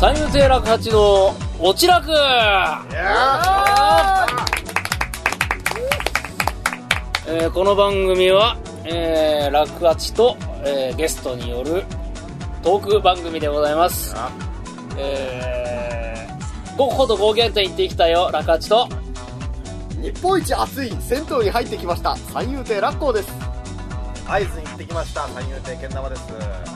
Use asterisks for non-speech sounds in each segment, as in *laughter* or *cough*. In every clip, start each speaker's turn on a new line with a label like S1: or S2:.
S1: 松江楽八のおちらくえーこの番組は、えー、楽八と、えーゲストによるトーク番組でございます
S2: あ
S1: えー、ゴッホとゴーギャン店行ってきたよ楽八と
S3: 日本一暑い銭湯に入ってきました三遊亭ラッコーです
S2: 会津に行ってきました三遊亭けん玉です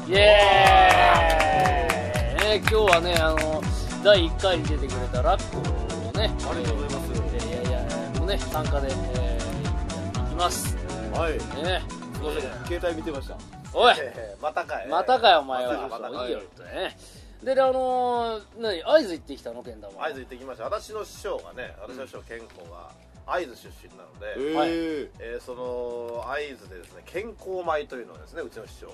S1: イエーイ、ね、今日はねあの第1回に出てくれたラッコのねありがとうございますいやいやもうね参加で、えー、やっていきます
S3: はい
S1: ね
S3: 携帯見てました
S1: おい
S2: え *laughs* ーまたかい
S1: またかよお前は、
S2: また
S1: も
S2: か
S1: ういいよ
S2: よ
S1: ってねでであのー、何会津行ってきたのけん玉
S2: 会津行ってきました私の師匠がね私の師匠健康が会津出身なので、
S3: えー
S2: えーその会津でですね健康米というのをですねうちの師匠、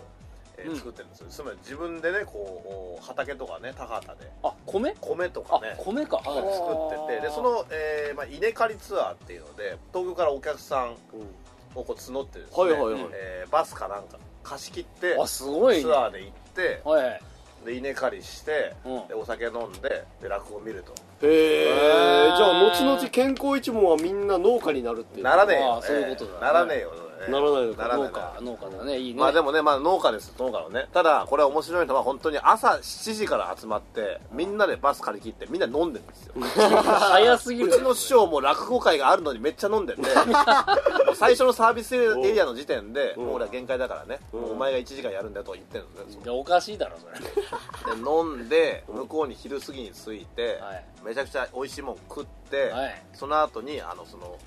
S2: えー
S1: うん
S2: 作ってるんですよつまり自分でねこう畑とかね田畑で
S1: あ米
S2: 米とか
S1: あ
S2: ね
S1: 米か
S2: 作っててでその、えーまあ、稲刈りツアーっていうので東京からお客さんをこう募ってですね、
S3: はいはいはい
S2: えーバスかなんか貸し切って
S1: あすごいね
S2: ツアーで行って
S1: はい
S2: で稲刈りして、
S1: うん
S2: でお酒飲んでで落語見ると
S3: えーじゃあ後々健康一問はみんな農家になるっていう
S2: ならねえ
S1: まあ
S2: よ、
S1: そういうことだね
S2: ならねえよ、えー
S3: ならないのか
S2: なら
S1: 農
S2: ね
S1: 家
S2: え
S1: 農家だねいいね
S2: まあでもね、まあ、農家です農家のねただこれは面白いのは本当に朝7時から集まってみんなでバス借り切ってみんな飲んでるんですよ
S1: 早すぎ
S2: う
S1: る
S2: ちの師匠も落語会があるのにめっちゃ飲んでてもう最初のサービスエリアの時点で
S3: ん
S2: もう俺は限界だからね
S3: ん
S2: もうお前が1時間やるんだよと言ってるんですね
S1: いやおかしいだろ
S2: *laughs*
S1: それ
S2: で飲んで向こうに昼過ぎに着いて、
S1: はい
S2: めちゃくちゃ美味しいもん食って、
S1: はい
S2: その後にあのその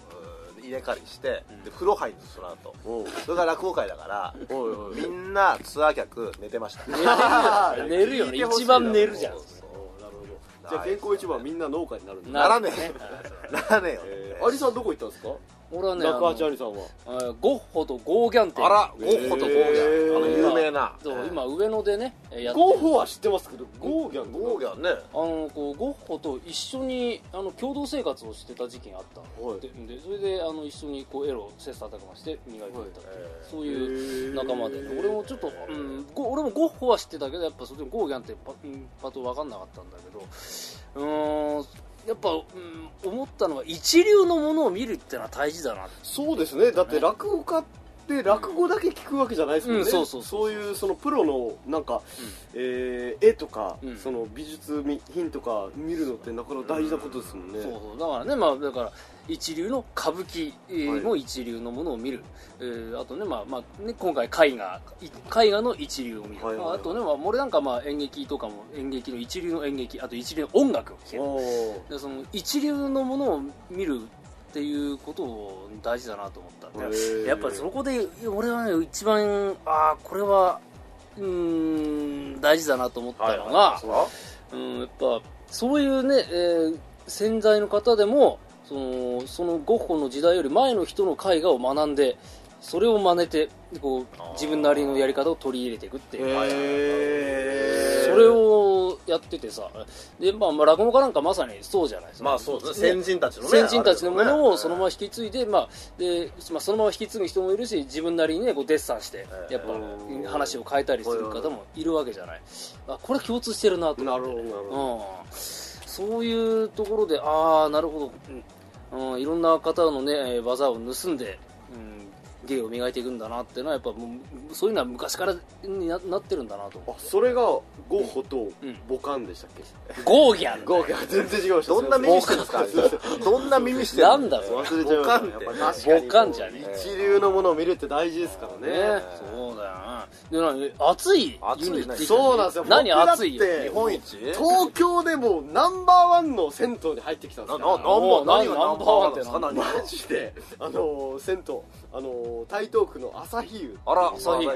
S2: うー稲刈りして、
S1: ん
S2: で風呂入るんですその後
S3: おう
S2: それが落語会だから
S3: おいおい
S2: みんなツアー客寝てました
S1: 寝るよね一番寝るじゃん
S2: そうそう
S3: おうなるほどじゃあ健康一問はみんな農家になるんだ
S2: ならねえ
S1: *laughs* なる
S2: ならねえよ、
S3: えーアリさんどこ行ったんですか
S1: 俺はね
S3: 中
S1: あ
S3: 八ア
S1: の
S3: リさんは
S1: あゴッホとゴーギャンって
S2: あらゴッホとゴーギャン、
S3: えー
S2: あの有名な
S1: そう今上野でねやってる
S3: ゴーホは知ってますけどゴーギャン
S2: ゴーギ
S3: ャ
S2: ャンね
S1: あのこうゴッホと一緒にあの共同生活をしてた時期があったの、
S3: はい
S1: ででそれであの一緒にこうエロ切磋琢磨して磨いていったっていう、そういう仲間でね、
S3: へー
S1: 俺もちょっと、うん、ゴ俺もゴッホは知ってたけどやっぱそれでもゴーギャンってパうんパッと分かんなかったんだけどうーんやっぱ、うん、思ったのは一流のものを見るってのは大事だなって
S3: そうですねだって落語家って落語だけ聞くわけじゃないですもんね、
S1: うんそうそうそう
S3: いうそのプロのなんか、えー絵とか、
S1: うん
S3: その美術品とか見るのってなかなか大事なことですもんね、
S1: そうそうだからねまあだから一流の歌舞伎えーも一流のものを見る、えーあとね,、まあまあ、ね今回絵画い絵画の一流を見る、
S3: はいはいはい
S1: まあ、あとね、まあ、俺なんかまあ演劇とかも演劇の一流の演劇あと一流の音楽を聴ける
S3: おー
S1: でその一流のものを見るっていうことを大事だなと思ったんで
S3: へー
S1: やっぱりそこで俺はね一番ああこれはうーん大事だなと思ったのが、うん、やっぱそういうね、えー潜在の方でもそのそのゴッホの時代より前の人の絵画を学んでそれを真似てこう自分なりのやり方を取り入れていくっていう、
S3: へー
S1: それをやっててさで、まあ、まあ落語家なんかまさにそうじゃないですか、
S2: まあそうですね先人たちのね
S1: 先人たちのものをそのまま
S2: ま
S1: 引き継いで,、まあでまあ、そのまま引き継ぐ人もいるし自分なりに、ね、こうデッサンして
S2: ええ
S1: やっ
S3: うん
S1: ぱ話を変えたりする方もいるわけじゃないあこれ共通してるなと
S3: なるほどなるほど、
S1: うん、そういうところでああなるほど、うんうん、いろんな方のねえー技を盗んで、うん、芸を磨いていくんだなっていうのはやっぱもうそういうのは昔からにななってるんだなと思
S3: あそれがゴッホと
S1: うん
S3: ボカンでしたっけ、
S1: うゴーギャン
S3: ゴーギャン全然違いました
S2: どんな耳してるんですかあいつどんな耳してる
S1: なんだろう
S3: 忘れちゃいましたね
S2: ボカンって
S3: やっぱ確かに
S1: ボカンじゃねえ
S3: 一流のものを見るって大事ですからね
S1: ねそうだよなでなに暑い
S2: 暑いね
S1: 湯に行ってきた
S3: そうなんですよ
S1: 何
S3: 僕だっ
S1: 暑
S3: て
S1: いよ
S2: 日本一
S3: 東京でもうナンバーワンの銭湯に入ってきたんで
S2: な
S3: す
S2: な
S3: よ
S2: なんぼ
S1: な
S2: 何がナンバーワンですか
S1: ナ
S2: 何
S3: マジであのー、銭湯あのー、台東区の朝日湯
S2: あら
S1: 朝日
S2: まあ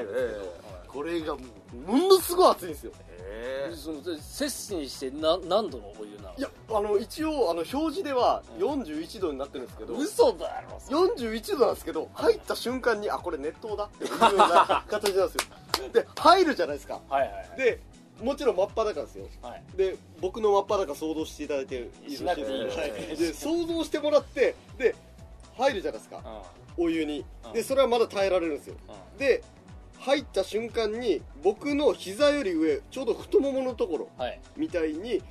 S3: これがもうものすごい暑いんですよ
S2: えー
S1: そので摂取にしてな何度のお湯なの
S3: いやあの一応あの表示では41度になってるんですけど、
S1: 嘘だろ
S3: 41度なんですけど入った瞬間にあこれ熱湯だっていうような形なんですよで入るじゃないですか
S1: はいはいはい
S3: でもちろん真っ裸ですよ
S1: はい
S3: で僕の真っ裸想像していただいてよろし
S1: しなくていいよ
S3: はいで想像してもらってで入るじゃないですかお湯に
S1: うん
S3: でそれはまだ耐えられるんですよ
S1: うんうん
S3: で入った瞬間に僕の膝より上ちょうど太もものところ
S1: はい
S3: みたいに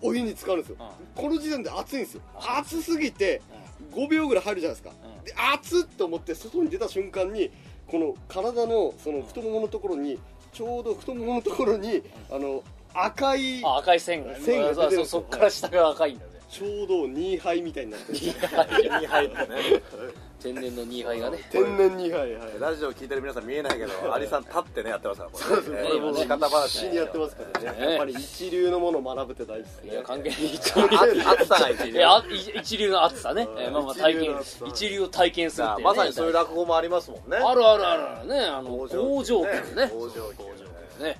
S3: お湯に浸かるんですよ、この時点で熱いんですよ熱すぎて5秒ぐらい入るじゃないですか、
S1: うん
S3: で熱っと思って外に出た瞬間にこの体のその太もものところにちょうど太もものところに、あの赤い
S1: あ赤い線が
S3: 線が出てる
S1: そうそうそっから下が赤いんだね
S3: ちょうど2杯みたいにな *laughs* ってる
S2: 2杯だね
S1: 天然の2杯がね
S3: 天然2杯はい
S2: ラジオ聞いてる皆さん見えないけどアリさん立ってねやってますからこれね
S1: そうですね
S2: 仕方話
S3: 必死にやってますからね
S1: ね
S3: やっぱり一流のものを学ぶって大事です
S1: い
S3: ね
S1: や関係ない一
S2: あ暑さが一
S1: 流い
S2: 流
S1: やあい一流の暑さね、
S3: うん
S1: えーまあまあ体
S3: 一流
S1: 験
S3: の暑さ
S1: 一流を体験するっていう、ね、
S2: まさにそういう落語もありますもんね
S1: あるあるあるあるねあの
S2: 工
S1: 工
S2: 場
S1: 場区ね
S2: 工場区
S1: ね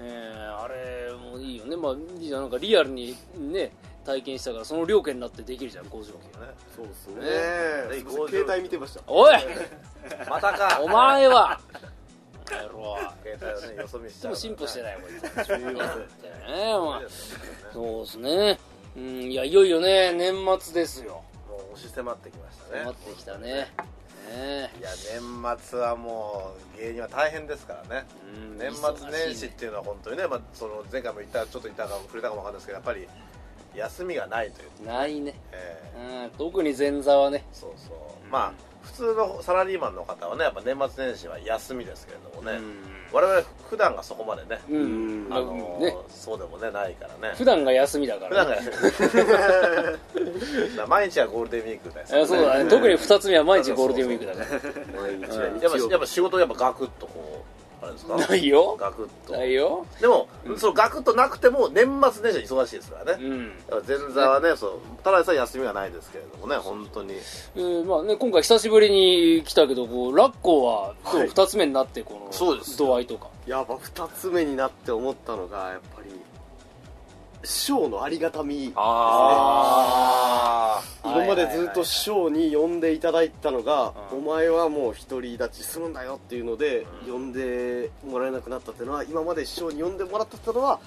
S1: えーあれもいいよねまあいいじゃんなんかリアルにね体験したからその料金になってできるじゃん工場区
S3: そうですね
S1: ね
S2: え
S3: すいません携帯見てました
S1: おい
S2: またか
S1: お前はやろ
S2: 携帯をねよそ見し
S1: い
S2: ち
S1: つ
S2: ゃう
S1: も進歩してないこいつね
S2: すいません
S1: お前そうですねうんいやいよいよね年末ですよ
S2: もう押し迫ってきました
S1: 待
S2: ね
S1: ってきたねね
S2: いや年末はもう芸人は大変ですからね
S1: うん
S2: 年末年始っていうのは本当にね、まあ、その前回も言ったちょっと言ったかも触れたかもわかんないですけどやっぱり休みがないという、
S1: ないね
S2: え
S1: うん特に前座はね
S2: ーそうそう、まあ普通のサラリーマンの方はねやっぱ年末年始は休みですけれどもね、我々普段がそこまでね、
S1: うん
S2: あのー
S1: ね
S2: そうでもねないからね
S1: 普段が休みだか
S2: 普
S1: ら
S2: 段
S1: ね
S2: が休みな *laughs* 毎日はゴールデンウィークです
S1: えそうだね特に2つ目は毎日ゴールデンウィークだから
S3: 毎日
S1: うん
S2: やっぱやっぱ仕事やっぱガクッとこうあれですか
S1: ないよ
S2: ガクッと
S1: ないよ
S2: でも、そのガクッとなくても年末年始は忙しいですから
S1: う
S2: ね、
S1: ん、
S2: だから前座はねそうただでさえ休みがないですけれどもね本当に
S1: えーまあね、今回久しぶりに来たけどこうラッコは今日2つ目になってこの
S2: そうです
S1: 度合いとか
S3: やっぱ2つ目になって思ったのがやっぱり師匠のありがたみ
S2: あ
S3: 今までずっと師匠に呼んでいただいてたのが、
S1: うん
S3: お前はもう独り立ちするんだよっていうので、呼んでもらえなくなったっていうのは今まで師匠に呼んでもらったってのは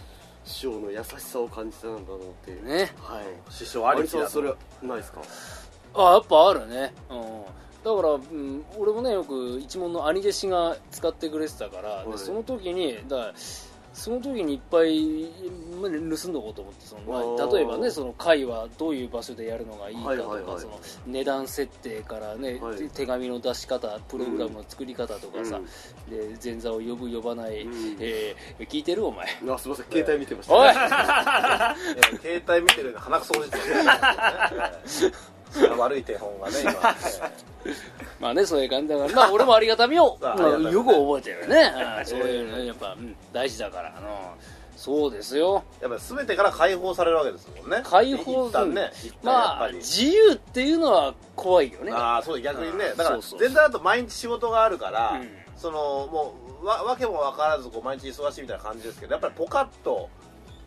S3: 師匠の優しさを感じたんだろうっていう
S1: ね
S3: はい
S2: 師匠
S3: あ
S2: あ
S3: り
S2: りき
S3: さ
S2: だ
S3: んそ
S2: と
S3: れないですか
S1: あやっぱあるね、うん、だから、うん、俺もねよく一門の兄弟子が使ってくれてたから、
S3: は
S1: で
S3: い
S1: その時にだからその時にいっぱいまあ盗んどこうと思ってその、ま
S3: お
S1: あ、
S3: ー
S1: 例えばねその会はどういう場所でやるのがいいかとか、
S3: はいはいはい
S1: その値段設定からね、
S3: はい
S1: 手紙の出し方プログラムの作り方とかさ、で前座を呼ぶ呼ばない、
S3: うん
S1: えー聞いてるお前
S3: あすいません携帯見てました
S1: おい
S2: えー携帯見てるの鼻くそほじってる
S1: *laughs*
S2: えー悪い手本がね今
S1: まあね、そういう感じだから、まあ俺もありがたみを、
S2: あ
S1: ま
S2: あ
S1: あ
S2: りがたみね
S1: よく覚えてるよね。うんそういうのねやっぱ、うん大事だから、あの、そうですよ。
S2: えーやっぱり全てから解放されるわけですもんね
S1: 解放
S2: 一旦ね一旦やっ
S1: ま
S2: ぱ
S1: あ、
S2: り、
S1: 自由っていうのは怖いよね。
S2: ああそう逆にね
S1: うん
S2: だから
S1: そうそうそう
S2: 全然だと毎日仕事があるから、
S1: うん
S2: そのもうわわけも分からずこう毎日忙しいみたいな感じですけどやっぱりポカッと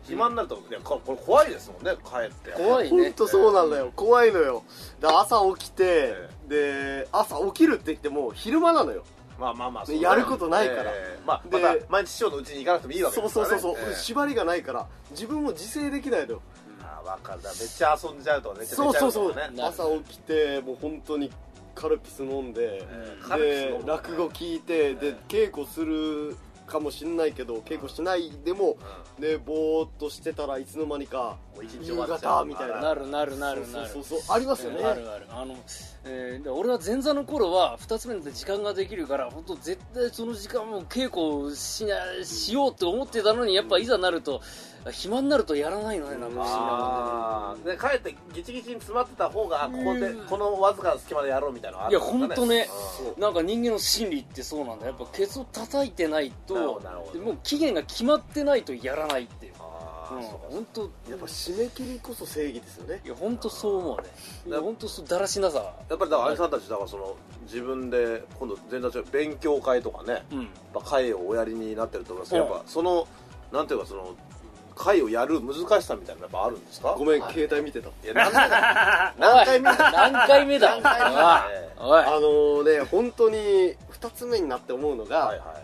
S2: 暇になると、いやここれ怖いですもんね帰って
S1: 怖い
S3: ほ
S1: ね
S3: ん。とそうなんだよ怖いのよで朝起きてで朝起きるって言っても昼間なのよ
S2: まあまあまあ
S3: でやることないから
S2: えーまあ、ま
S3: で
S2: た毎日師匠のうちに行かなくてもいいわけ
S3: そ
S2: で
S3: う
S2: すか
S3: そう
S2: ら、ね、
S3: そうそう、
S2: えー
S3: 縛りがないから自分も自制できないのよ
S2: あー分かるだめっちゃ遊んじゃうとかめっちゃ寝ちゃ
S3: そうう
S2: とか、ね、
S3: そうそう、
S1: ね
S3: 朝起きてもう本当にカルピス飲んで、
S2: うんカルピス飲
S3: で
S2: む
S3: 落語聞いて、
S2: う
S3: で
S2: ん
S3: 稽古するかもしんないけど稽古しないでも、でぼーっとしてたらいつの間にか
S2: もう一日終
S3: 夕
S2: わっちゃ
S3: 方
S2: う
S3: みたいな
S1: なるなるなるなる。
S3: そうそうそうありますよね、
S1: あるあるあの、えーで俺は前座の頃は2つ目の時間ができるから本当絶対その時間も稽古しなしようって思ってたのにやっぱいざなると暇になるとやらないのねなんか不思議なことに
S2: あーで帰ってギチギチに詰まってた方がここで
S1: うん
S2: このわずかな隙間でやろうみたいなのあ
S1: いや
S2: るんですか
S1: 本当ね
S2: うん
S1: なんか人間の心理ってそうなんだやっぱケツを叩いてない
S2: なるほ
S1: と
S2: どなるほど
S1: でもう期限が決まってないとやらないっていう
S2: あ
S1: うん
S2: ーそうか
S1: 本当
S3: やっぱ締め切りこそ正義ですよね
S1: いや本当そう思うねいや本当そうだらしなさ
S2: やっぱりだからあれさんたちだからその自分で今度前座長勉強会とかねやっ
S1: うん
S2: ぱ会をおやりになってると思いますけ
S1: う
S2: ど
S1: ん
S2: やっぱそのなんていうかその会をやる難しさみたいなのやっぱあるんですか
S3: ごめん、
S2: はい
S3: 携帯見てた
S2: いや何回だ何回目だ
S1: 何回目だ
S2: 何回目だね
S1: おいおい
S3: あのね本当に2つ目になって思うのが、
S2: はいはい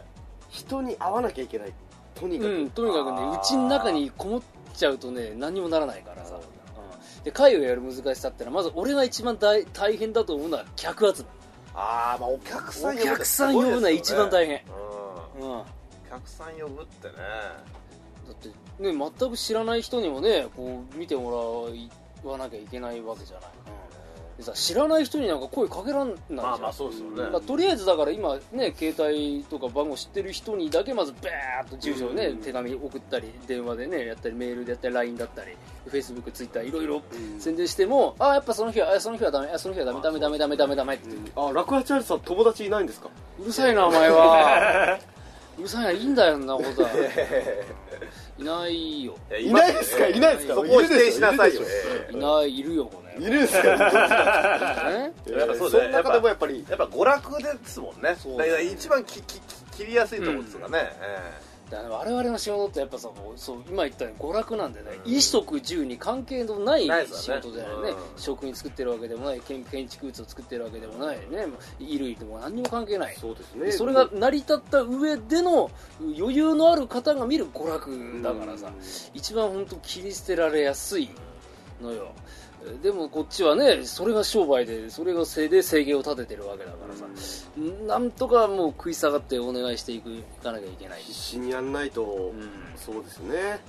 S3: 人に会わなきゃいけないとにかく、
S1: うん、とにかく
S2: あ
S1: ね
S2: ー
S1: うちの中にこもっちゃうとね何にもならないからさ、うん、で会をやる難しさってのはまず俺が一番大大変だと思うのは客集め
S2: ああまあお客さ
S1: お
S2: ん呼ぶって
S1: 客
S2: す
S1: さん
S2: ご
S1: 呼
S2: いですよね
S1: ぶのは一番大変、
S2: うん
S1: うん、
S2: お客さん呼ぶってね
S1: だってね全く知らない人にもねこう見てもらわなきゃいけないわけじゃない、でさ知らない人になんか声かけらんないじゃん、
S2: まあまあそうですよね、
S1: まあとりあえずだから今ね携帯とか番号知ってる人にだけまずバーッと住所をね、
S3: うん
S1: 手紙送ったり電話でねやったりメールでやったり LINE だったり FacebookTwitter いろいろ宣伝しても、ああやっぱその日はあその日はダメあその日はダメダメダメダメダメダメって、
S3: あ楽八春さん友達いないんですか
S1: うるさいなお前は *laughs* うるさいないいんだよそんなことはいないよ
S2: や
S3: いないですかいないですか
S2: そこを否定しなさい
S3: い
S2: よ
S3: るでし
S1: いないいるよこ
S3: い
S1: れ、
S3: るんですか
S1: *laughs* ね、
S3: え
S2: やっぱ
S3: ー
S2: そう
S3: そ
S2: だね
S3: の中でもやっぱり
S2: やっぱ娯楽ですもんね
S3: そう
S2: だから一番ききき切りやすいところですかね、え
S1: だから我々の仕事ってやっぱさこうそう今言ったように娯楽なんでね衣食住に関係のない
S2: ないです
S1: 仕
S2: よね
S1: 事じゃないね
S2: うん
S1: 食品作ってるわけでもない建建築物を作ってるわけでもないね衣類でも何にも関係ない
S3: そうです
S1: で
S3: ね
S1: それが成り立った上での余裕のある方が見る娯楽だからさ一番本当切り捨てられやすいのよでもこっちはねそれが商売でそれがせいで生計を立ててるわけだからさなんとかもう食い下がってお願いしていくいかなきゃいけない
S3: 必死にやんないと
S1: うん
S3: そうですね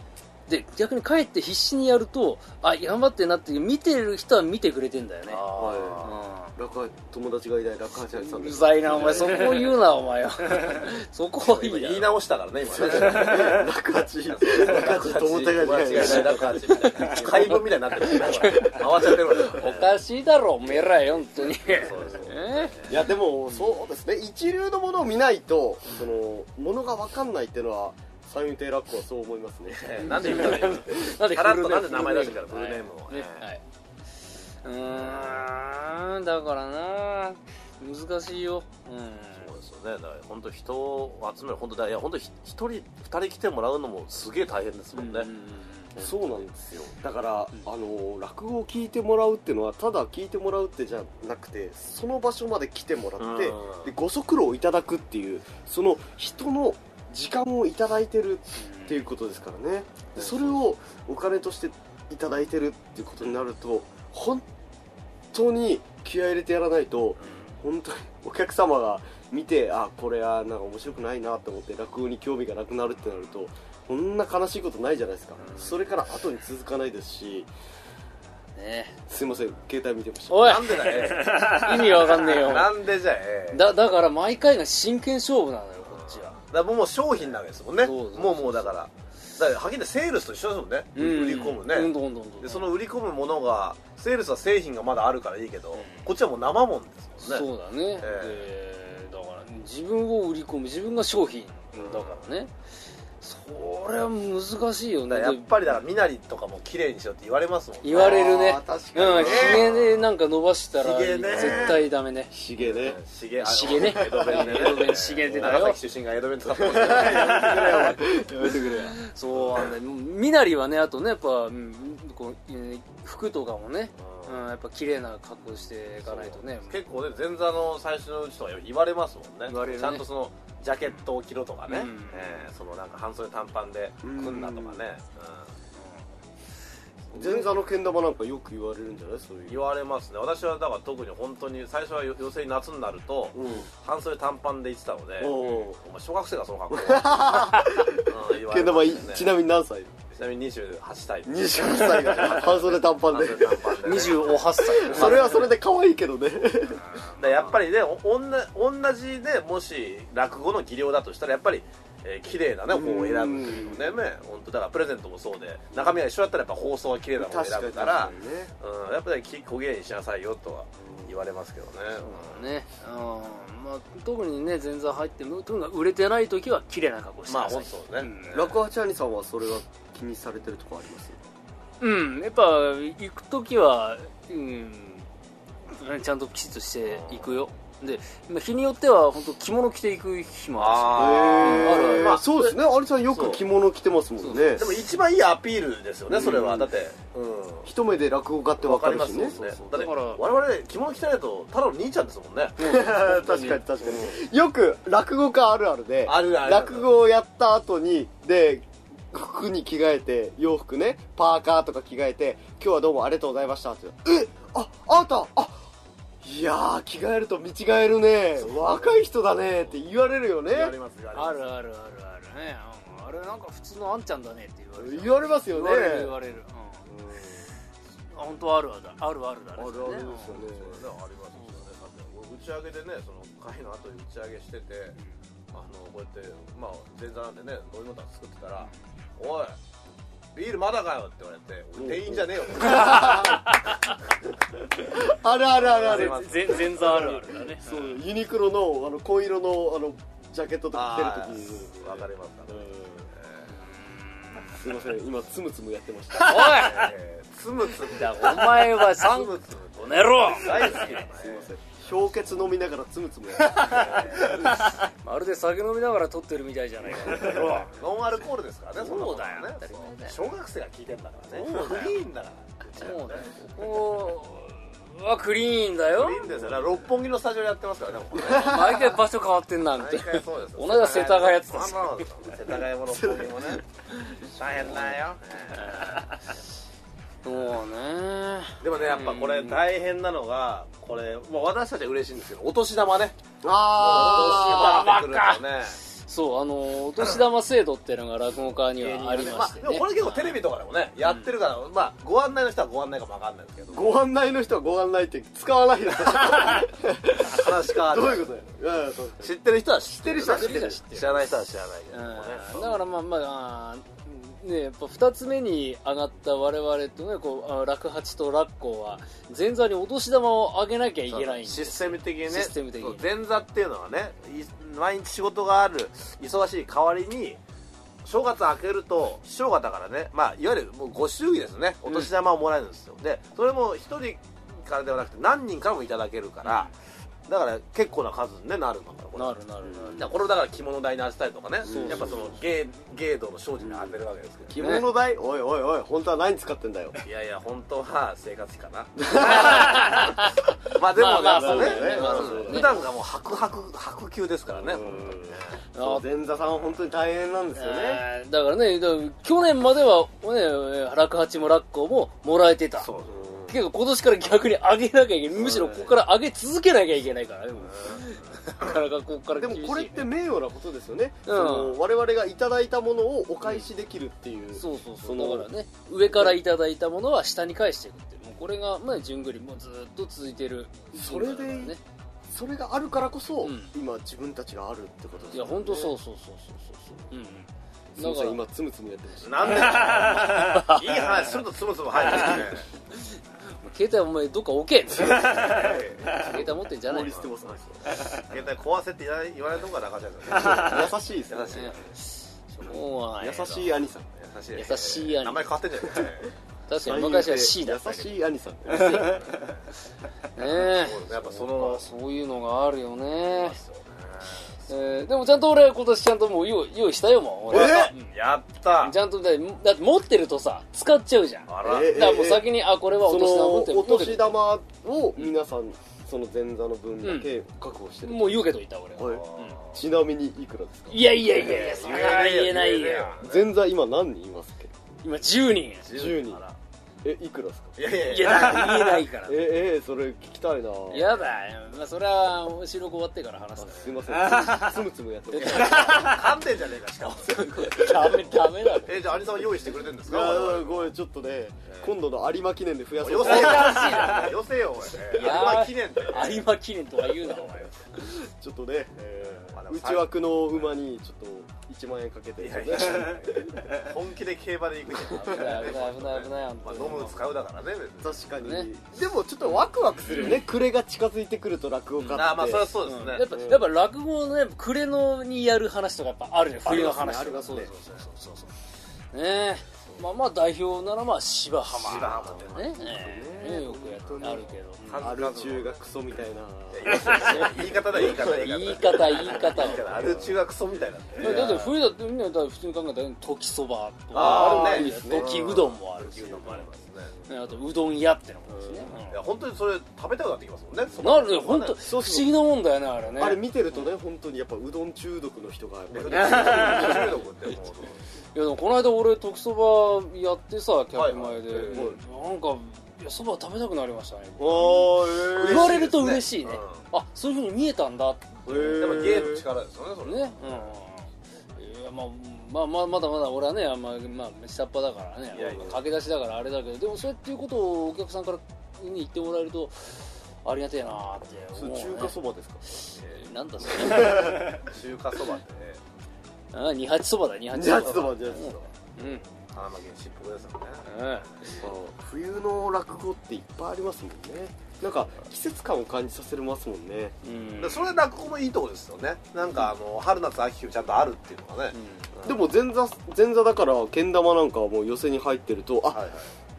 S1: で逆に帰って必死にやるとあ頑張ってなって見てる人は見てくれてんだよね
S2: あ
S1: う
S3: 楽八友達がいない楽八春さ
S1: ん
S3: ん
S1: う
S3: で
S1: る
S3: す
S1: ざいなお前そこを言うなお前はそこは
S2: ー
S1: い
S2: 今
S1: い
S2: 言い
S1: な
S2: 直したからね今ね
S3: 楽八楽八友達がいない
S2: ラカチみたいな怪文みたいになってる *laughs* 回っちゃってるわ
S1: おかしいだろおめえらよ本当に
S2: そうですね
S1: え
S3: いやでもそうですね一流のものを見ないとそのものが分かんないっていうのは三遊亭楽はそう思いますね
S2: ええなんで言ったらいいのって
S1: なんで
S2: さらっと
S1: フルネーム
S2: なんで名前出してから
S1: フルネーム
S2: フ
S1: ね
S2: ルネームをね
S1: はい、うーんだからな難しいよ
S2: そうですよねだから本当人を集める本当だいや本当一人二人来てもらうのもすげえ大変です
S1: う
S2: も
S1: ん
S2: んね、
S3: そうなんですよだから、あの落語を聞いてもらうっていうのはただ聞いてもらうってじゃなくてその場所まで来てもらって
S2: うん
S3: でご足労をいただくっていうその人の時間をいただいてるっていうことですからねでそれをお金としていただいてるっていうことになると本当に気合い入れてやらないと本当にお客様が見てあこれはなんか面白くないなと思って落語に興味がなくなるってなるとこんな悲しいことないじゃないですかそれから後に続かないですし
S1: ね
S3: すいません携帯見てました
S1: おい
S2: なんでだよ、
S1: 意味わかんねえよ
S2: なんでじゃええだ
S1: だだから毎回が真剣勝負なのよこっちは
S2: からもう商品なわけですもんね
S1: そうそうそう
S2: もうもうだからだからはっきり言ってセールスと一緒ですもんね、売り込むね、
S1: うんどんどんどんどん
S2: でその売り込むものがセールスは製品がまだあるからいいけど、
S1: ん
S2: こっちはもう生もんですもんね
S1: そうだね、
S2: え
S1: でだから自分を売り込む自分が商品だからね、それは難しいよね
S2: だからやっぱりだから身なりとかも綺麗にしろって言われますもん
S1: 言われるね
S3: あー確
S1: うん
S3: かにね
S1: ひげでなんか伸ばしたら
S2: ひげね
S1: 絶対ダメね
S3: しげね
S2: しげ
S1: しげね
S2: 江戸弁でね
S1: 江戸弁しげでだよ
S2: 長崎出身が江戸弁使ってますけど
S3: やめて *laughs* くれ
S1: そうなんだよ身なりはねあとねやっぱ、うんこうえー服とかもね、うん、やっぱ綺麗な格好していかないとね
S2: 結構ね前座の最初のうちとか言われますもんね
S1: 言われるね
S2: ちゃんとそのジャケットを着ろとかね、
S1: うん
S2: えーそのなんか半袖短パンで来んなとかね、
S3: 前座のけん玉なんかよく言われるんじゃないそう
S2: うん
S3: いう
S2: 言われますね私はだから特に本当に最初はよ寄せに夏になると、
S3: うん
S2: 半袖短パンで行ってたので、
S3: おう
S2: お前小学生がその格好うん言わ
S3: け
S2: れ
S3: ん玉
S2: ま
S3: い
S2: すね
S3: ちなみに何歳
S2: ちなみに28歳です
S3: 28歳が半袖短パン
S2: 半
S3: で
S2: 袖短パンでね
S1: 28歳
S3: それはそれで可愛いけどね
S2: だからやっぱりねおおんな同じねもし落語の技量だとしたらやっぱり、えー綺麗なね方を選ぶっていうのねね本当だからプレゼントもそうで中身が一緒だったらやっぱ放送は綺麗な方を選ぶから
S3: 確かにね
S2: うん、やっぱりき小芸にしなさいよとは言われますけどね、
S1: ね、うんまあ、特にね前座入ってもとにかく売れてない時は綺麗な格好して
S2: まあ
S1: くださ
S2: 本
S1: い、
S2: 当ね、うん
S3: 楽八兄さんはそれは気にされてるとこあります
S1: うんやっぱ行く時は、うん、ちゃんときちっとしていくよでまあ日によっては本当着物着ていく日もあ
S3: へ
S2: あるあるまあ
S3: そうですねアリさんよく着物着てますもんね
S2: でも一番いいアピールですよねそれは、だって、うん
S3: 一目で落語家ってわ
S2: わ
S3: か
S2: かり
S3: る
S2: ま
S3: し
S2: すもん
S3: ね
S2: ね
S1: う
S2: だって
S1: だから
S2: 我々着物着てないとただの兄ちゃんですもんね、
S3: 確かに確かによく落語家あるあるで
S2: あるある
S3: 落語をやった後にで服に着替えて洋服ねパーカーとか着替えて今日はどうもありがとうございましたってえああんたあいやー着替えると見違えるね若い人だねって言われるよね
S2: 言われます言われ
S1: る
S2: ます
S1: あるあるあるあるねうんあれなんなんか普通のあんちゃんだねって言われる
S3: 言われますよ
S1: 言
S3: ね
S1: われる言われる、うん、本当あるあるだあるあるだね
S3: あるあるですよね
S2: それではありますよね打ち上げでねその会の後に打ち上げしててあのこうやってまあ前座なんでね飲み物作ってたら「おいビールまだかよ」って言われて「俺店員じゃねえよ」
S3: あるあるあるあ
S2: あ
S3: る
S2: ります
S1: 全全座あるあるだね
S3: そうユニクロのあの紺色のあのジャケットとか着てる時に
S2: 分かりますか
S3: う
S2: ね
S3: ん
S1: うん
S3: すいません今つむつむやってました
S1: お
S2: えーつむつむだ
S1: いお前は
S2: つ
S1: 三
S2: むつむ
S1: この野郎
S2: 大好きだね
S3: すいません氷結飲みながらつむつむやってました
S1: *laughs* まるで酒飲みながら撮ってるみたいじゃないかこの野郎
S2: ノンアルコールですからねんなこ
S1: そう
S2: とは
S1: だよ当たり前だよ
S2: そう小学生が聞いてんだからね
S1: そうだよ
S2: フリーンだから
S1: もうねここはクリーンだよ
S2: フリーンですよだから六本木のスタジオやってますからねここね
S1: 毎回場所変わってんなみたい
S2: 毎
S1: な
S2: 回そうですよ
S1: 同じ世田谷やってたし
S2: まあまあ世田谷も六本木もね大変だよ
S1: そうね
S2: でもねやっぱこれ大変なのがこれもう私たちは嬉しいんですけどお年玉ね
S3: あ
S2: お年玉ってくるとね
S1: そうあのお年玉制度っていうのが落語家にはありまして
S2: あでも
S1: ね
S2: これ結構テレビとかでもねやってるからまあご案内の人はご案内かもわかんないですけど
S3: ーご案内の人はご案内って使
S1: *laughs*
S3: わないよ
S2: 話か
S3: どういうことやいやいやそう
S2: 知ってる人は知ってる人は知ってる
S1: 知ってる
S2: 知らない人は知らないけどもね
S1: うんだからまあまああーねやっぱ2つ目に上がった我々とねこうあ楽八と楽子は前座にお年玉をあげなきゃいけないんで
S2: システム的にね
S1: システム的に
S2: そう前座っていうのはねい毎日仕事がある忙しい代わりに正月明けると師匠方からね、まあ、いわゆるもうご祝儀ですねお年玉をもらえるんですよ、でそれも1人からではなくて何人からもいただけるから、だから結構な数に、ね、なるのからこれ
S1: なるなるなる
S2: だからこれをだから着物代に当てたりとかね
S1: そう
S2: やっぱその芸芸道の精進に当てるわけですけど、
S3: 着物代、おいおいおい本当は何使ってんだよ
S2: いやいや本当は生活費か
S1: *laughs* まあ
S2: なまあでもね,、まあ、
S1: まあそうだよねまあそうだよね
S2: 普段がもう白白白球ですからね本
S3: そう前座さんは本当に大変なんですよね
S1: えーだからねだから去年までは、ね、楽八も楽子ももらえてた
S2: 当そう
S1: けど今年から逆に上げなきゃいけないむしろここから上げ続けなきゃいけないからねもうなかなかここから
S3: で
S1: 厳
S3: も
S1: しい
S3: これって名誉なことですよね、
S1: うん
S3: その我々がいただいたものをお返しできるっていう、
S1: そうそうそ
S3: そうの
S1: だからね上からいただいたものは下に返していくっていうもうこれがまあ順繰りもうずっと続いてる
S3: それで
S1: 文化だからね
S3: それがあるからこそ、
S1: うん
S3: 今自分たちがあるってことです
S1: い
S3: よ
S1: や
S3: ね
S1: 本当そううそうそうそうそううんうん
S3: す
S1: だか
S3: いません
S1: ら
S3: 今つむつむやって
S1: *laughs*
S3: ました
S2: *laughs* なんでいい話するとつぶつぶ入って
S1: 携帯お前どっか置け携
S2: きてね
S1: 帯持ってんじゃない
S3: *laughs*
S1: の
S3: 盛り捨てますね
S2: 携帯壊せって言わない言わないとこが中島さん
S3: 優しいですね
S2: 優しい
S1: ねそうなんや
S3: 優しい兄さん
S2: 優しい
S1: 優しい兄
S2: 名前変わってんじゃない
S1: 確かに昔は C だった
S3: 優
S1: けど
S3: しい兄さん
S1: ね
S2: やっぱそ
S1: え
S2: の
S1: そういうのがあるよね、
S2: そ
S1: えーでもちゃんと俺今年ちゃんともう用意用意したよもう俺
S2: うねやった
S1: ちゃんとだだって持ってるとさ使っちゃうじゃんだか
S2: あら
S3: え
S1: らもう先にあこれは
S3: そ
S1: お年玉持って
S3: の
S1: る
S3: お年
S1: 持っ
S3: 玉を皆さん、その前座の分だけ確保して
S1: て
S3: る、
S1: るもう言うけといた俺は
S3: はいちなみにいくらですか
S1: いやいやいやいやそれは言えないよ
S3: 前座今何人いますっけ
S1: 今10人
S3: 10人えいくらですか
S2: いやいや
S1: い
S2: いや
S1: やだから言えないから
S3: ええそれ聞きたいな
S1: やだよ、まあ、それは収録終わってから話すか
S3: *laughs* すいませんつむつむやってました
S2: 噛んでんじゃねえかしかも
S1: らダメダメだろ
S2: えじゃあ兄さんは用意してくれてるんです
S3: い
S2: か
S3: や
S2: 我
S3: ー
S2: 々
S3: ごめんちょっとね今度の有馬記念で増やそう
S2: よせよよせよおい
S1: や
S2: 有馬記念だよ
S1: 有馬記念とは言うなお前
S3: ちょっとね、え
S2: まあで
S3: ー
S2: も
S3: 内枠の馬にちょっと1万円かけて
S2: いやいや
S3: ちょっ
S2: 本気で競馬で行くじゃん *laughs*
S1: 危ない危ない危ない危ない
S2: まあ飲む使うだからね
S3: と確かに、
S1: ね
S3: でもちょっとワクワクするよね暮れが近づいてくると落語家って、
S2: ああまあそれはそうですね
S1: やっぱ、やっぱ落語のね、暮れのにやる話とかやっぱあるね、冬の話とか。
S3: そうです
S1: そうそうそうそう。ねえ。まあまあ代表ならまあ芝浜。
S2: 芝浜って
S1: ね。ねえねえよくやってあるけど。
S3: アル中がクソみたいな
S2: 言い方だ言い方
S1: 言い方、言い方。
S2: あれ中がクソみたいな
S1: だって冬だってみんなだから普通に考えたら時そばと
S2: あ
S1: か
S2: ー
S1: ある
S2: い
S1: ね
S2: いですね
S1: 時うどんもあるしねあとうどん屋ってのもあるしね
S2: いや本当にそれ食べたくなってきますもんね
S1: うんなるね本当不
S3: そうそう
S1: 思議なもんだよねあれね
S3: あれ見てるとね本当にやっぱうどん中毒の人がやっぱり
S2: 中毒っても
S1: いやでもこの間俺時そばやってさ客前で、
S2: はいはい
S1: なんかいやそば食べたくなりましたね
S3: *laughs* おー
S1: 言われると嬉しいね
S2: 嬉しいですね
S1: あそういうふうに見えたんだね
S3: え
S2: う
S3: ー
S2: でも芸の力ですよねそ
S1: うんいやまあうんまあまあまだまだ俺はねあんま、まあ、下っ端だからね
S2: いやいや
S1: 駆け出しだからあれだけどでもそうやっていうことをお客さんからに言ってもらえるとありがてえなーって
S3: そ
S1: 思う、
S3: れ
S1: ね、
S3: 中華そばですか
S1: えーなんだそれ
S2: 中華そばってね
S1: あ二八そばだ二八
S3: ジャズそばジャズそば
S1: うん、うん
S2: 花巻のしっぽくですもんね
S3: 冬の落語っていっぱいありますもんねなんか季節感を感じさせますもんね
S1: うん
S2: でそれ落語のいいとこですよねなんかあの春夏秋冬ちゃんとあるっていうのがね、うん
S3: でも前座前座だからけん玉なんかはもう寄せに入ってるとあ、
S2: はいはい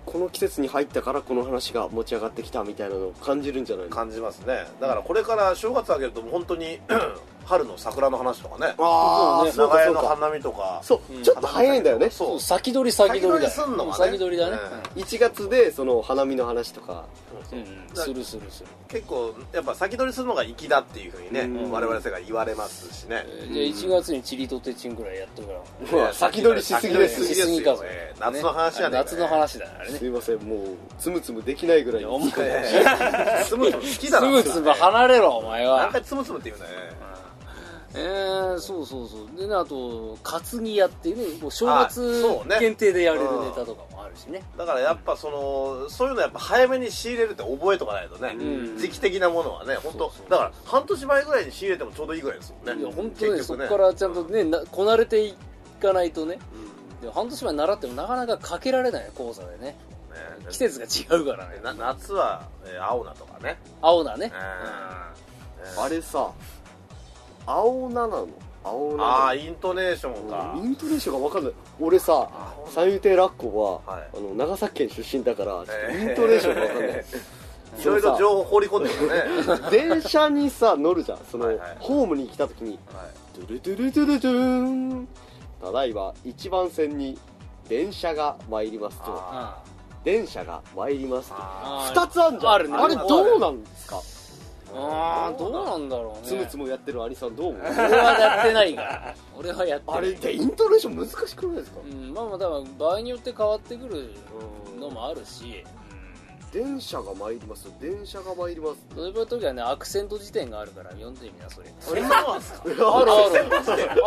S3: この季節に入ったからこの話が持ち上がってきたみたいなのを感じるんじゃないですか
S2: 感じますねだからこれから正月あげるともう本当に *clears throat* 春の桜の話とかね
S1: あー
S2: 長
S3: か
S2: 屋
S3: そう
S2: の
S3: か
S2: 花見とか
S3: そう、
S1: うん
S3: ちょっと早いんだよね
S2: そう
S1: そう先取り先取りだ
S2: 先取りすんのがね
S1: うん先取りだね、
S3: 1月でその花見の話とか
S1: うんうんするするする、
S2: 結構やっぱ先取りするのが粋だっていうふうにね、
S3: うん
S2: 我々世界言われますしね
S1: え、ーじゃあ1月にチリとテチンぐらいやっとくから
S3: うわ先取りしすぎです
S1: 先取りしすぎか
S2: か
S1: それ
S2: 夏の話やね
S1: ね夏の話だねあれね
S3: すいませんもうつむつむできないぐらい
S1: いやお前
S3: 疲れ
S2: え *laughs* えつむつむ好きだ
S1: つ
S2: な
S1: むつむ離れろお前
S2: 何
S1: は
S2: 回つむつむって言うね
S1: えー、そうそうそうでねあと担ぎ屋っていうねもう正
S2: あ
S1: 月
S2: そうね
S1: 限定でやれるネタとかもあるしね
S2: だからやっぱそのそういうのやっぱ早めに仕入れるって覚えとかないとね、
S1: ん
S2: 時期的なものはね本当
S1: そうそう
S2: だから半年前ぐらいに仕入れてもちょうどいいぐらいですもんね
S1: いや本当ね
S2: 結
S1: そ
S2: 局
S1: こからちゃんとねなこなれていかないとね
S2: うんね
S1: で半年前習ってもなかなかかけられない講座でね季節が違うからね
S2: な夏は、えー青菜とかね、
S1: 青菜ね
S2: うん
S3: あれさ青菜なの青菜なの
S2: ああイントネーションか、
S3: イントネーションが分かんない俺さ三遊亭ラッコは、
S2: はい
S3: あの長崎県出身だからちょっ
S2: え
S3: とイ
S2: ー
S3: ントネーションが分かん *laughs* ない、
S2: いろいろ情報放り込んでる *laughs* よね
S3: 電車にさ乗るじゃんその、
S2: はいはい
S3: ホームに来た時に
S2: はい
S3: ドゥルドゥルドゥルドゥーンただいま1番線に電車が参りますと
S2: あ
S1: あ
S3: 電車が参りますと
S1: あ
S2: あ
S3: 2つあんじゃん
S1: あるね
S3: あれどうなんですか
S1: あーどうなんだろうね
S3: つむつむやってるアリさんどう思う
S1: 俺はやってない *laughs* から俺はやってない
S3: あれってイントネーション難しくないですか
S1: うんまあまあだから場合によって変わってくるのもあるし
S3: 電車が参りますと電車が参ります
S1: そういう時はねアクセント辞典があるから読んでみなそれ
S2: それそうなんですか
S1: あ
S3: *laughs*
S1: るあるある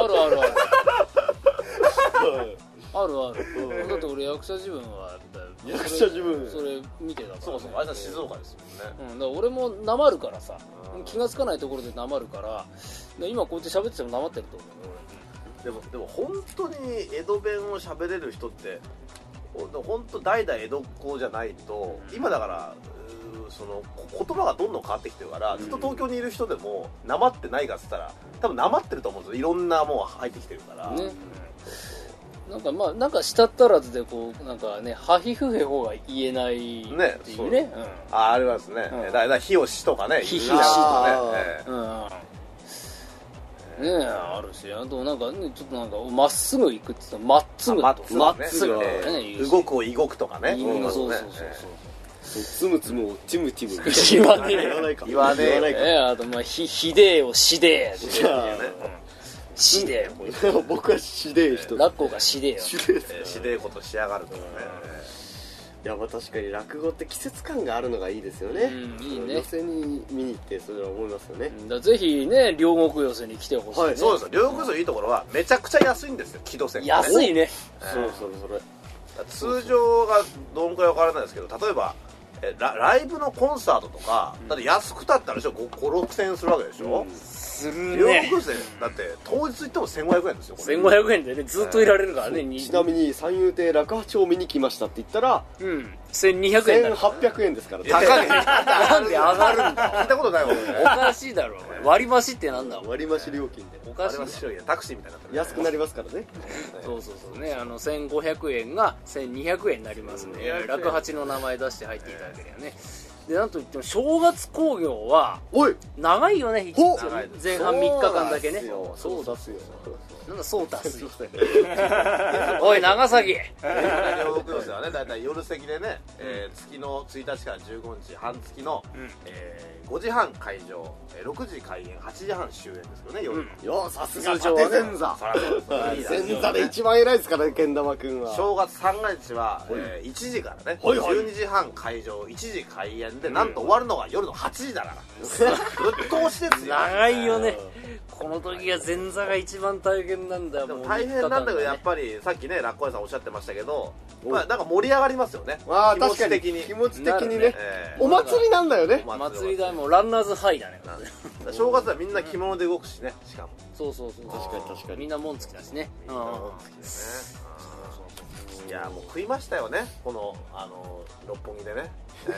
S1: あるあるあるあ
S3: う
S1: る
S3: ん
S1: だって俺役者自分は
S3: 役者自分
S1: それ見てたから、
S2: そうそうあれは静岡ですもんね
S1: うん、だから俺もなまるからさ
S2: うん
S1: 気がつかないところでなまるからで今こうやって喋っててもなまってると思うよ
S2: でもでも本当に江戸弁を喋れる人ってほ本当代々江戸っ子じゃないと今だからうーそのこ言葉がどんどん変わってきてるからずっと東京にいる人でもなまってないかっつったら多分なまってると思うんですよいろんなもん入ってきてるから、
S1: ねなんかまあなんか舌足らずでこうなんかねハヒフヘホが言えないって
S2: ね
S1: いうね
S2: あありますね、
S1: うん
S2: だだから火をしとかね
S1: 火
S2: 火
S1: をし
S2: と
S1: と
S3: か
S2: かねええ
S1: うん、うんねえあるしあとなんかねちょっとなんかまっすぐ行くって言ったらまっつぐ
S2: まっ
S1: と
S2: つ
S1: か
S2: ぐ
S3: まっ
S2: ね
S3: つぐ
S2: ええ
S1: ね言うし
S2: 動くをいごくとかね
S1: 言うそうそうそう
S2: え
S1: そう
S3: つむつむをちむちむ
S1: 言わねえよ
S3: 言わないか
S2: 言わねえよ
S3: な
S1: え
S3: いか
S1: えあとまあひひでえをしでえ
S3: じゃあ
S1: しでえこいつ
S3: *laughs* 僕はしでえ人
S1: ラッコがしでえよ
S3: しでえっす
S2: え
S3: か
S2: えしでえことしやがるとかね、
S3: いやまあ確かに落語って季節感があるのがいいですよね、
S1: うんいいね
S3: 寄せに見に行ってそれは思いますよね、
S1: うんだからぜひね両国寄せに来てほしいね、
S3: はい
S2: そうですよ両国のいいところはめちゃくちゃ安いんですよ木戸線がね
S1: 安いね
S3: そうそれそれ
S2: 通常がどんくらいわからないですけど例えばえラライブのコンサートとかだって安くたったらでしょ56000円するわけでしょ、
S1: する
S2: 両国勢だって当日行っても1500円ですよこれ
S1: 1500円でねずっといられるからね、に
S3: ちなみに三遊亭落八を見に来ましたって言ったら
S1: うん1200円だろ
S3: 1800円ですから
S2: 高
S1: *laughs*
S2: い
S1: なんで上がるんだ
S2: *laughs* 聞いたことないもんね
S1: おかしいだろ *laughs* お前割り増しってなんだお前
S3: 割増料金で
S1: お
S2: あ
S1: かしい
S2: れ
S1: だ
S2: は
S1: ろ
S2: 白いねタクシーみたいになってる
S3: 安くなりますからね
S1: そうそうそうねあの1500円が1200円になりますね
S2: 1200円
S1: 楽八の名前出して入っていただければねでなんといっても正月興行は
S3: おい
S1: 長いよね
S3: ほ
S1: 長い前半3日間だけね
S3: そうだっすよ
S1: なんだそうだす *laughs* おい長崎
S2: 両国寄せはね大体夜席でね、えー月の1日から15日半月の、
S1: ん
S2: えー5時半開場えー6時開演8時半終演ですよね夜
S1: う
S2: の、
S1: ん
S3: よさ
S1: 通
S3: すが伊達
S1: 常はね
S3: 前座
S2: そらそうです
S3: はい
S2: いいですよ
S3: 前座で一番偉いですからねけん玉くんは
S2: 正月三が日は、えー1時からね、
S3: はいはい
S2: 12時半会場1時開演で、なんと終わるのが夜の8時だからぶっ通しですよ
S1: 長いよねこの時が前座が一番大変変なんだよ、
S2: で
S1: も
S2: も
S1: う
S2: 大変なんだけど、やっ
S1: ぱ
S2: ぱりさっきね、ラッコ屋さんおっしゃってましたけど、まあ、なんか盛り上がりますよね、
S3: ああ
S2: 気持
S3: 確
S2: ち
S3: か
S2: 的
S3: に
S2: に。
S3: 気持ち的に
S1: なる
S3: ね
S1: ね
S2: ええ
S3: お祭りなんだよね
S2: お
S1: 祭りだ、
S2: も
S1: もうランナーズハイだね。
S2: 正月はみんな着物で動くしね、しかも。
S1: そうそうそう。
S3: 確かに確かに
S1: みんなもんつきだしね。うん。
S2: 好きでね。いや、もう食いましたよね、この、あの、六本木で
S3: *laughs*
S2: ね。ええ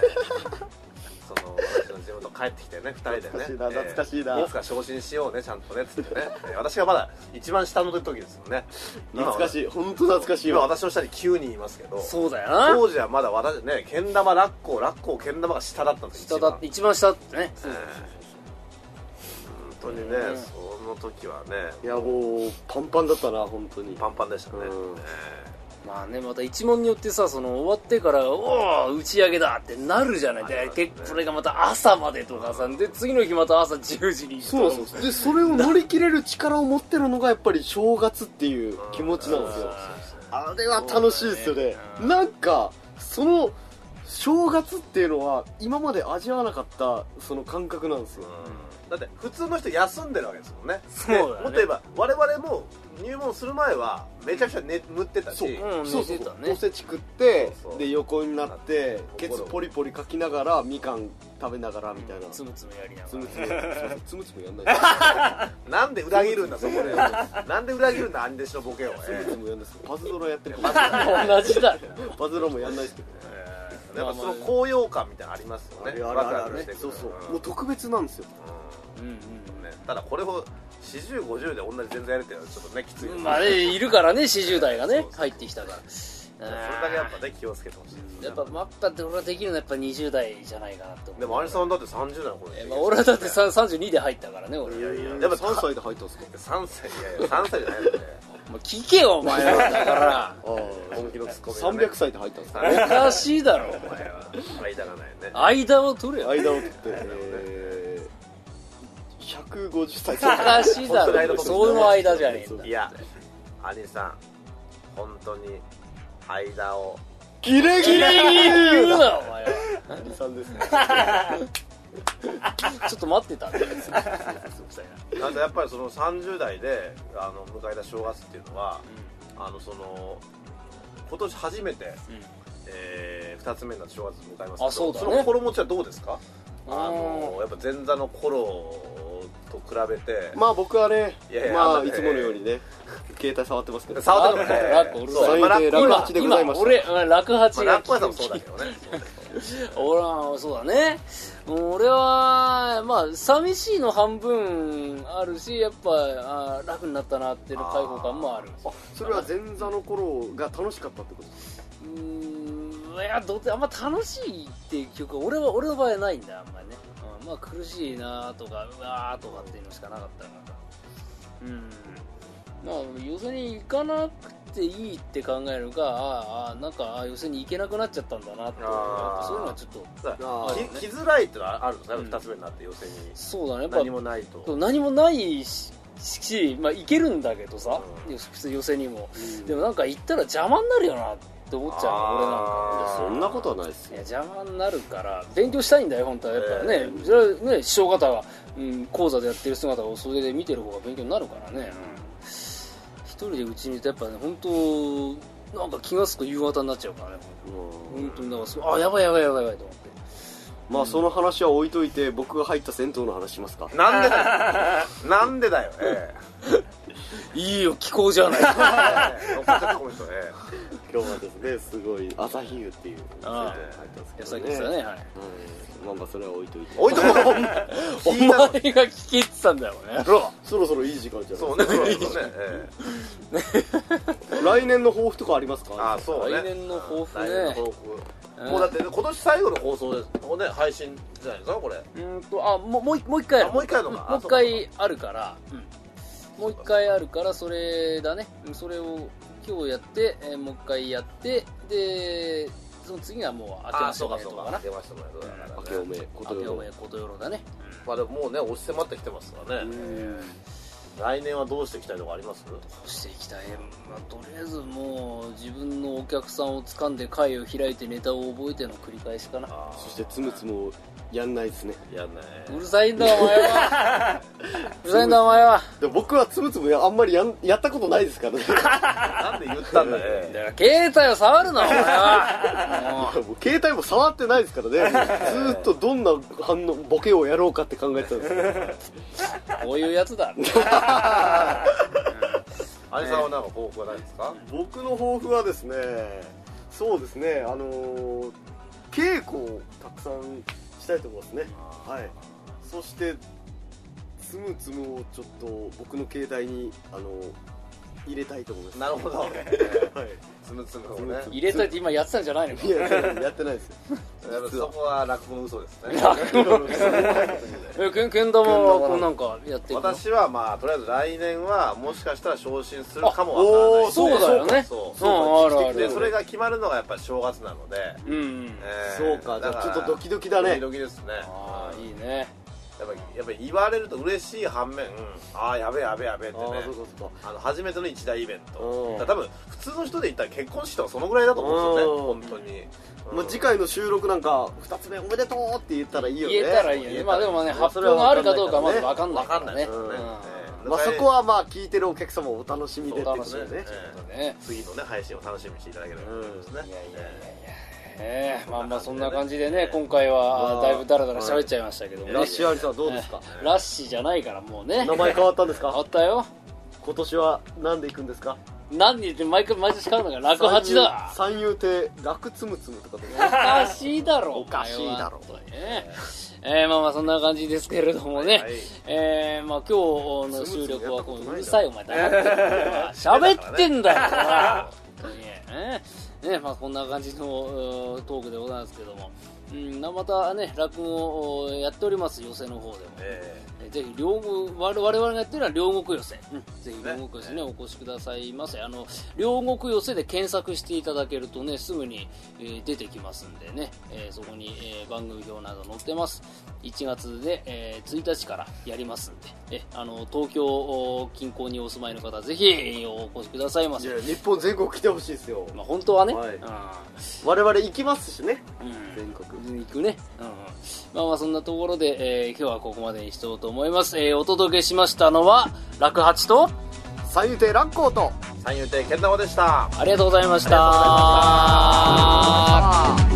S2: その、私の地元帰ってきてね、二人でね。
S3: 懐かしいな
S2: ええ
S3: 懐かしいない
S2: つか昇進しようね、ちゃんとね、つってね。ええ私がまだ一番下の時ですもんね。
S3: 懐か
S2: い。
S3: しい本当懐かしい
S2: 今
S3: わ
S2: 私の下に9人いますけど。
S1: そうだよな。
S2: 当時はまだ私ねけん玉ラッコラッコけん玉が下だったんです
S1: 下だって、一番下だってね。
S2: 一番えー本当にね、
S1: うん
S2: その時はね
S3: いやもうパンパンだったな本当に
S2: パンパンでした
S3: う
S2: ね、
S3: ん
S2: え
S1: まあね、また一問によってさ、その終わってから、おお、打ち上げだってなるじゃない。
S2: なり
S1: で
S2: ま、すね
S1: 結構それがまた朝までとかさ、で、次の日また朝10時に行く
S3: そう
S1: と
S3: なんですよでそれを乗り切れる力を持ってるのがやっぱり正月っていう気持ちなんですよ
S1: あ
S3: あれは楽しいですよね
S1: うん
S3: なんかその正月っていうのは今まで味わわなかったその感覚なんですよ
S2: うんだって普通の人休んでるわけですもんね
S1: そうだよね
S2: でもっと言えば我々も入門する前はめちゃくちゃ眠ってたし
S3: そう、
S1: うん
S3: そうそう
S1: 寝て
S3: そ
S1: た
S3: う
S1: ね
S3: おせち食って
S2: そうそう
S3: で横になってケ
S2: ゴロ
S3: ツポリポリかきながらみかん食べながらみたいな、
S1: つむつむやりな
S3: つ
S1: がら
S3: む。つむつむつむやんない
S2: なんで裏切るんだそこでなんで裏切るんだ兄弟子のボケを、
S3: つむ
S2: え
S3: つむやんないですパズドラやってる
S1: *laughs* 同じだね。
S3: パズドラもやんないですけど
S2: ーえーやっぱその高揚感みたいなのありますよ
S3: あれ
S2: ね
S3: あれ
S2: ワクワ
S3: あ
S2: ク
S3: れ
S2: し
S3: あ
S2: て
S3: れ
S2: くる
S3: そうそう
S2: うん
S3: もう特別なんですよ
S2: うん
S1: うん
S2: ね、ただこれを4050で同じ全然やるっていうのはちょっとねきついで
S1: う
S2: す
S1: ん。
S2: ね、
S1: まあね、いるからね、40代が
S2: そう
S1: ね
S2: そう、
S1: 入ってきたから。
S2: それだけやっぱね気をつけてほしいですね
S1: やっぱマッパって俺はできるのはやっぱ20代じゃないかなと思う
S2: でも兄さんだって30代の頃
S1: えーまあ、俺はだってさ32で入ったからね俺
S2: いやいや
S3: や
S2: や
S3: っ
S2: っ
S3: ぱ
S2: ぱ
S3: 3
S2: 3
S3: 歳で入ったんですか
S2: 歳い
S1: *laughs*
S2: やいや3歳じゃないので
S1: まあ、聞けよお前はだか
S3: ああ
S2: 本気のツッコミがね
S3: 300歳で入ったんですかね
S1: らおかしいだろ
S2: お前は間がないよね
S1: 間を取れよ
S3: 間を取って、えー、150歳
S1: おかしいだ
S2: 本当に間取っ
S1: ろ
S2: て
S1: そういう間じゃねえんだ
S2: いや兄さん本当に間を
S3: ギレギ
S1: ギ
S3: レ
S1: レギレ言うなお前は
S3: 兄さんですね
S1: ちょっと待ってたんだよ
S2: なんかやっぱりその30代であの迎えた正月っていうのはあのその今年初めてえー、2つ目の正月迎えますけど
S1: あそうだね
S2: の心持ちはどうですか
S1: あー
S2: あのやっぱ前座の頃と比べて、
S3: まあ僕はね
S2: いやいや
S3: ま
S2: あ
S3: あ
S2: ん
S3: い
S2: た
S3: つものようにね携帯触ってますけど
S2: 触ってるのね
S1: ラッコラッコうるさい
S2: そうまあラッコ
S3: 楽
S1: 今
S3: 八でございま
S1: 今
S3: した
S1: 俺うん落八
S2: まあ、
S1: が
S2: ラッコ屋さんもそう
S1: *laughs*
S2: だけどね
S1: 俺はそうだねうん俺はまあ寂しいの半分あるしやっぱあー楽になったなっていう解放感もある
S3: あそれは前座の頃が楽しかったってことです
S1: うーんいやどうせあんま楽しいっていう記憶は俺は俺の場合はないんだよあんまりね、うん、まあ苦しいなとかうわーとかっていうのしかなかったからうんまあ寄せに行かなくていいって考えるかあーあーなんかあー寄せに行けなくなっちゃったんだなって
S2: あー
S1: そういうのはちょっと
S2: さ
S3: あー
S2: き来づらいってのはあるんですね
S1: うん
S2: 2つ目になって予選に
S1: そうだねやっぱ
S2: 何もないと
S1: そう何もないししまあ、行けるんだけどさ、
S2: うん
S1: 普通寄せにも、
S3: で
S1: で
S3: も
S1: もなんか行ったら邪魔になるよなって思っちゃうの俺なんか
S2: あー
S3: そんなことはないです
S1: い
S3: よ
S1: や邪魔になるから勉強したいんだよ本当はやっぱね、
S2: え
S1: それはね師匠方が、うん、講座でやってる姿をそれで見てる方が勉強になるからね、一人でうちにいてやっぱね本当なんか気が付くと夕方になっちゃうからね
S3: うん
S1: 本当にだからそうあやばいやばいやばいやばいと思って
S3: まあその話は置いといて僕が入った銭湯の話しますか
S2: なんでだよなんで *laughs* だよえ
S1: いいよ気候じゃない
S2: えええおかしいコメントえ
S3: 今日はですねすごい朝日湯っていう銭湯に入
S1: あ
S3: ったんですけ
S1: や
S3: ど
S1: さっき
S3: ね
S1: 言ってたね、はい、
S3: うんまあまあそれは置いといて
S2: え置いとこう
S1: お
S2: 聞いた
S1: 前
S2: の
S1: が聞けってたんだよねろ
S3: そろそろいい時間じゃ
S2: そ
S3: な
S2: うねそうねそうね、 *laughs* ええ
S3: い来年の抱負とかありますか
S2: ああそうね
S1: 来年の抱負ね
S2: 来年の抱負
S1: うん
S2: もうだってね今年最後の放送ですもうね配信じゃないですかこれ
S1: うーんとあもうもう一もう一回ある
S2: あもう一回あるのか
S1: ん
S2: あ
S1: もう一回あるから、うん、もう一回あるからそれだねうんそれを今日やって、えーもう一回やってでその次がもう明けましておめでとうかな
S2: 明けましておめでとうだからね
S3: 明けおめこ
S1: 明
S3: と
S1: けお
S3: よ
S1: めことよろだね
S2: まあでももうね押し迫ってきてますからね
S3: うん
S2: え来年はどうしていきたいとかあります
S1: していきたい、まあ、とりあえずもう自分のお客さんを掴んで会を開いてネタを覚えての繰り返しかな
S2: あー
S3: そしてつむつむをやんないですね
S2: やんないう
S1: るさいんだお前はうるさいんだお前は
S3: で僕はつむつむあんまりやんやったことないですからね
S2: なんで言ったん
S1: だ
S2: だ *laughs* ね
S1: から携帯を触るなお前
S3: *laughs*
S1: はもう
S3: *laughs* もう携帯も触ってないですから *laughs* ねずーっとどんな反応ボケをやろうかって考えてたんですけど
S1: こういうやつだ
S2: アニさんはなんか報告はないですか
S3: 僕の抱負はですねそうですねあのー稽古をたくさんしたいと思いますねはいそしてつむつむをちょっと僕の携帯にあのー入れたいと思います
S2: なるほど
S3: はい
S2: *laughs* つむつむをね
S1: 入れといて今やってたんじゃないのか
S3: いややってないですよ
S2: やっぱそこは落語の嘘ですね
S1: えけんけん玉はこうなんかやっていくの
S2: 私はまあとりあえず来年はもしかしたら昇進するかも
S3: あ
S2: わからない
S1: そうだよね
S2: そう
S1: うんあるあ
S2: で
S1: る
S2: それが決まるのがやっぱ正月なので、
S1: うんうん
S2: え
S3: そう
S2: ー
S3: かじ
S2: だ
S3: ゃあちょっとドキドキだ
S2: ド
S3: ね
S2: キドキですね
S1: ああ
S2: うん
S1: いいね
S2: やっぱやっぱ言われると嬉しい反面、ああやべえやべえやべえって
S3: ああーそ
S2: ね
S3: うかそうか
S2: あの初めての一大イベン
S3: うん
S2: トだから多分普通の人で言ったら結婚式とかそのぐらいだと思うんですよね本当に、うん
S3: まあ、次回の収録なんか2つ目おめでとうって言ったらいいよね
S1: 言えたらいいよねまあでもね
S3: そ
S1: 発表があるかどうかはまず
S3: わ
S1: 分かんない
S2: わ
S1: か
S2: かん
S1: ら
S2: ないで
S1: ね
S2: すね
S1: うん
S2: うん
S3: まあ、そこはまあ聞いてるお客様をお楽しみでってことだ
S1: そう
S3: よ
S1: 楽し
S3: ね
S1: ね
S2: 次のね配信を楽しみにしていただければと思いますね、
S1: いやいやいやいやええまあまあそんな感じでね今回はだいぶダラダラ喋っちゃいましたけどもね
S3: ラッシュアリさんどうですか
S1: ええラッシーじゃないからもうね
S3: *laughs* 名前変わったんです
S1: 変わ
S3: か
S1: ったよ
S3: 今年は何で行くんですか
S1: 何言って毎回毎年変わるのが楽八だ
S3: 三遊亭楽つむつむとかで
S1: お *laughs* かしいだろ
S3: おかしいだろ
S1: お前は本当にねええまあまあそんな感じですけれどもね、
S2: はい
S1: えー、まあ今日の収録はこのうるさいお前黙ってるから喋ってんだよほら本当にねねまあこんな感じのうートークでございますけどもうんまあまたね落語をやっております寄席の方でも、
S2: え
S1: えぜひ両国我我々がやってるのは両国寄せ、ぜひ両
S2: ね
S1: 国寄せね、お越しくださいませあの両国寄せで検索していただけるとねすぐに、えー出てきますんでね、えーそこに、えー番組表など載ってます1月で、えー1日からやりますんでえあの東京お近郊にお住まいの方ぜひえーお越しくださいま
S3: い
S1: せ
S3: や日本全国来てほしいですよ
S1: まあ本当はね、
S3: はい
S1: うん
S3: 我々行きますしね
S1: うん
S3: 全国
S1: 行くね、うんうん、まあまあそんなところで、えー今日はここまでにしようと思います、えーお届けしましたのは楽八と
S3: 三遊亭楽光と
S2: ー三遊亭健太郎でした
S1: ありがとうございました。